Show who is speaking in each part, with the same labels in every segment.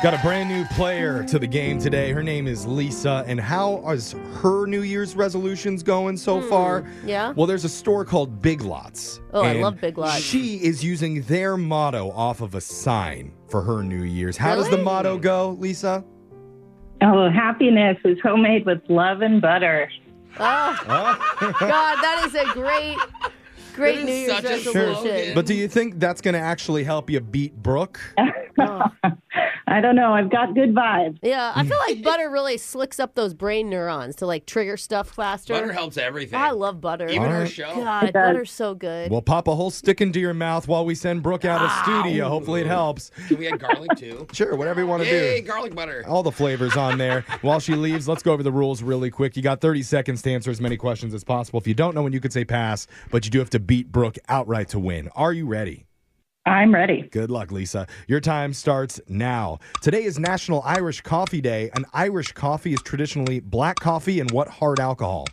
Speaker 1: Got a brand new player to the game today. Her name is Lisa. And how is her New Year's resolutions going so far?
Speaker 2: Hmm, yeah?
Speaker 1: Well, there's a store called Big Lots.
Speaker 2: Oh, I
Speaker 1: and
Speaker 2: love Big Lots.
Speaker 1: She is using their motto off of a sign for her New Year's. How does the
Speaker 2: Really?
Speaker 1: motto go, Lisa?
Speaker 3: Oh, happiness is homemade with love and butter.
Speaker 2: Oh, God, that is a great, great
Speaker 4: That is
Speaker 2: New Year's
Speaker 4: such a
Speaker 2: resolution.
Speaker 4: slogan.
Speaker 1: But do you think that's going to actually help you beat Brooke?
Speaker 3: I don't know. I've got good vibes.
Speaker 2: Yeah, I feel like butter really slicks up those brain neurons to like trigger stuff faster.
Speaker 4: Butter helps everything.
Speaker 2: I love butter.
Speaker 4: Even
Speaker 1: All
Speaker 4: her
Speaker 1: right.
Speaker 4: show.
Speaker 2: God,
Speaker 3: It does.
Speaker 2: butter's so good.
Speaker 1: We'll pop a whole stick into your mouth while we send Brooke out of
Speaker 2: Ah,
Speaker 1: studio. Hopefully it helps.
Speaker 4: Can we add garlic too?
Speaker 1: Sure, whatever you want to
Speaker 4: Yay,
Speaker 1: do. Oh.
Speaker 4: garlic butter.
Speaker 1: all the flavors on there. While she leaves, let's go over the rules really quick. You got 30 seconds to answer as many questions as possible. If you don't know when you could say pass, but you do have to beat Brooke outright to win. Are you ready?
Speaker 3: I'm ready.
Speaker 1: Good luck, Lisa. Your time starts now. Today is National Irish Coffee Day. An Irish coffee is traditionally black coffee and what hard alcohol?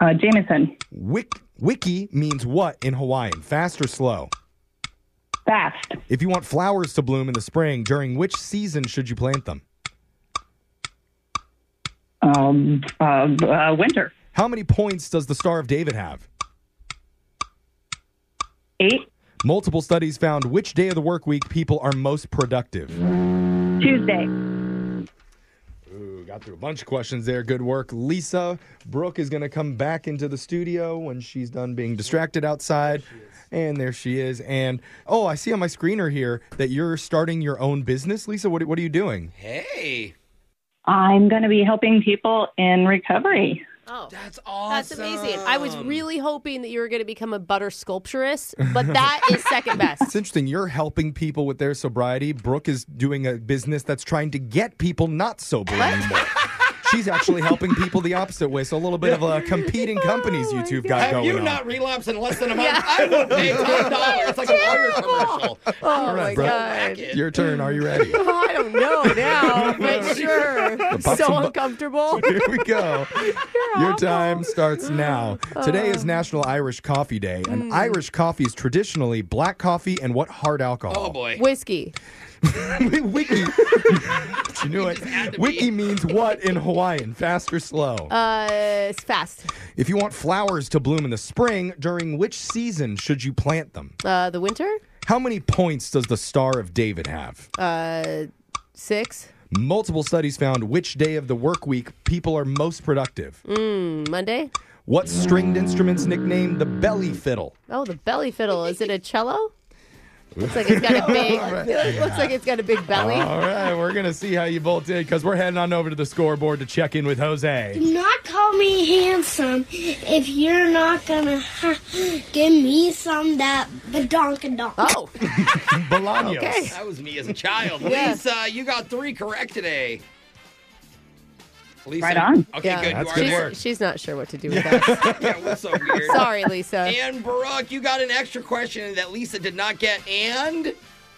Speaker 3: Uh, Jameson,
Speaker 1: Wik- wiki means what in Hawaiian? Fast or slow?
Speaker 3: fast.
Speaker 1: If you want flowers to bloom in the spring, during which season should you plant them?
Speaker 3: Um, uh, uh, winter,
Speaker 1: How many points does the Star of David have?
Speaker 3: eight.
Speaker 1: Multiple studies found which day of the work week people are most productive.
Speaker 3: Tuesday.
Speaker 1: Ooh, got through a bunch of questions there. Good work, Lisa. Brooke is going to come back into the studio when she's done being distracted outside. And there she is. And oh, I see on my screener here that you're starting your own business, Lisa. What, what are you doing?
Speaker 4: Hey,
Speaker 3: I'm going to be helping people in recovery.
Speaker 2: Oh.
Speaker 4: that's awesome.
Speaker 2: That's amazing. I was really hoping that you were going to become a butter sculpturist, but that is second
Speaker 1: It's
Speaker 2: best.
Speaker 1: interesting. You're helping people with their sobriety. Brooke is doing a business that's trying to get people not sober anymore. She's actually helping people the opposite way. So a little bit of uh, competing companies you two have got
Speaker 4: Oh Have
Speaker 1: going
Speaker 4: you
Speaker 1: on.
Speaker 4: not relapsed in less than a month? I will pay ten dollars. It's like a lawyer commercial.
Speaker 2: Oh my
Speaker 1: bro.
Speaker 2: god.
Speaker 1: Your turn. Are you ready?
Speaker 2: Oh, I don't know now, but sure.
Speaker 1: pop
Speaker 2: So
Speaker 1: some bu-
Speaker 2: uncomfortable.
Speaker 1: Here we go. Your time starts now. Today
Speaker 2: Uh,
Speaker 1: is National Irish Coffee Day, and
Speaker 2: Hmm.
Speaker 1: Irish coffee is traditionally black coffee and what hard alcohol?
Speaker 4: Oh boy.
Speaker 2: Whiskey.
Speaker 1: Wiki. she knew
Speaker 4: had
Speaker 1: it.
Speaker 4: to be.
Speaker 1: Wiki means what in Hawaiian? Fast or slow?
Speaker 2: Uh, it's fast.
Speaker 1: if you want flowers to bloom in the spring, during which season should you plant them?
Speaker 2: Uh, the winter?
Speaker 1: How many points does the Star of David have?
Speaker 2: Uh, six.
Speaker 1: Multiple studies found which day of the work week people are most productive.
Speaker 2: Monday?
Speaker 1: What stringed instruments nicknamed the belly fiddle?
Speaker 2: Oh, the belly fiddle. Is it a cello? Looks like it's got a big. Looks like it's got a big belly.
Speaker 1: All right, we're gonna see how you both did because we're heading on over to the scoreboard to check in with Jose.
Speaker 5: Do not call me handsome if you're not gonna ha- give me some that badonkadonk.
Speaker 2: Oh,
Speaker 1: Bolaños.
Speaker 2: Okay.
Speaker 4: That was me as a child.
Speaker 2: Yeah.
Speaker 4: Lisa, you got three correct today. Lisa,
Speaker 3: Right on.
Speaker 4: Okay,
Speaker 2: Yeah.
Speaker 4: good.
Speaker 1: That's
Speaker 4: you
Speaker 1: good
Speaker 4: are there.
Speaker 1: work.
Speaker 2: she's, she's not sure what to do with that.
Speaker 4: Yeah, we're so weird.
Speaker 2: Sorry, Lisa.
Speaker 4: And Brooke, you got an extra question that Lisa did not get, and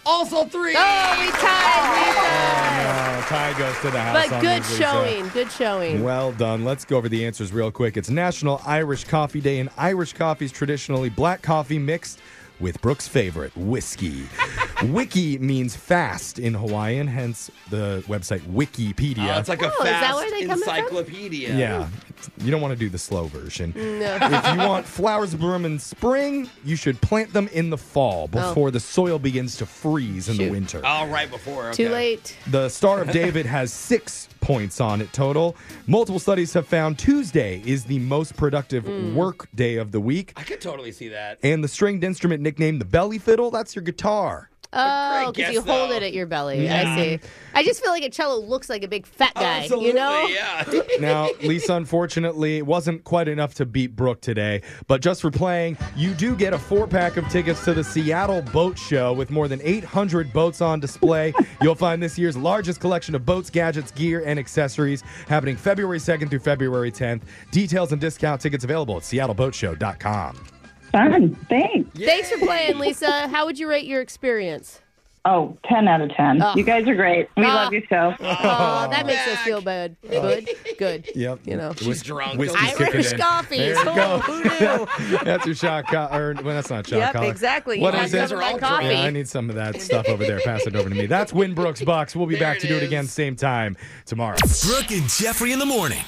Speaker 4: also three.
Speaker 2: Oh, we tied, Lisa.
Speaker 1: Uh, Ty goes to the house.
Speaker 2: But
Speaker 1: on
Speaker 2: good
Speaker 1: this, Lisa.
Speaker 2: showing. Good showing.
Speaker 1: Well done. Let's go over the answers real quick. It's National Irish Coffee Day, and Irish coffee is traditionally black coffee mixed with Brooke's favorite, whiskey. Wiki means fast in Hawaiian, hence the website Wikipedia.
Speaker 4: Uh, it's like a
Speaker 2: Oh, is that
Speaker 4: fast
Speaker 2: where they coming from?
Speaker 4: encyclopedia.
Speaker 1: yeah, It's- you don't want to do the slow version.
Speaker 2: No.
Speaker 1: if you want flowers to bloom in spring, you should plant them in the fall before the soil begins to freeze in the
Speaker 2: Oh. Shoot.
Speaker 1: winter.
Speaker 4: Oh, right before. Okay.
Speaker 2: Too late.
Speaker 1: The Star of David has six points on it total. Multiple studies have found Tuesday is the most productive
Speaker 2: Hmm.
Speaker 1: work day of the week.
Speaker 4: I could totally see that.
Speaker 1: And the stringed instrument nicknamed the belly fiddle, that's your guitar.
Speaker 2: Oh,
Speaker 4: guess,
Speaker 2: because you hold
Speaker 4: though.
Speaker 2: it at your belly.
Speaker 1: Yeah.
Speaker 2: I see. I just feel like a cello looks like a big fat guy.
Speaker 4: Absolutely,
Speaker 2: you know?
Speaker 4: yeah.
Speaker 1: Now, Lisa, unfortunately, it wasn't quite enough to beat Brooke today, but just for playing, you do get a four pack of tickets to the Seattle Boat Show with more than 800 boats on display. You'll find this year's largest collection of boats, gadgets, gear, and accessories happening February 2nd through February 10th. Details and discount tickets available at seattleboatshow.com.
Speaker 3: Fun. Thanks.
Speaker 2: Thanks for playing, Lisa. How would you rate your experience?
Speaker 3: Oh, 10 out of 10.
Speaker 2: Oh.
Speaker 3: You guys are great. We
Speaker 2: Ah.
Speaker 3: love your show.
Speaker 2: Oh, that makes us
Speaker 4: back.
Speaker 2: feel bad. Good, good.
Speaker 1: Yep.
Speaker 2: You know.
Speaker 4: She's drunk.
Speaker 1: Whiskey's
Speaker 4: Don't-
Speaker 1: kicking
Speaker 2: Irish
Speaker 1: in.
Speaker 2: coffee.
Speaker 1: There you
Speaker 2: Oh,
Speaker 1: go.
Speaker 2: who
Speaker 1: that's your shot collar. Or, well, that's not shot
Speaker 2: Yep,
Speaker 1: collar.
Speaker 2: exactly.
Speaker 1: What
Speaker 2: You
Speaker 1: is
Speaker 2: had
Speaker 1: it?
Speaker 2: some of that
Speaker 4: Yeah,
Speaker 2: coffee.
Speaker 1: Yeah, I need some of that stuff over there. Pass it over to me. That's Winbrook's Bucks. We'll be
Speaker 4: There
Speaker 1: back
Speaker 4: it
Speaker 1: to do it
Speaker 4: is.
Speaker 1: again same time tomorrow.
Speaker 6: Brooke and Jeffrey in the morning.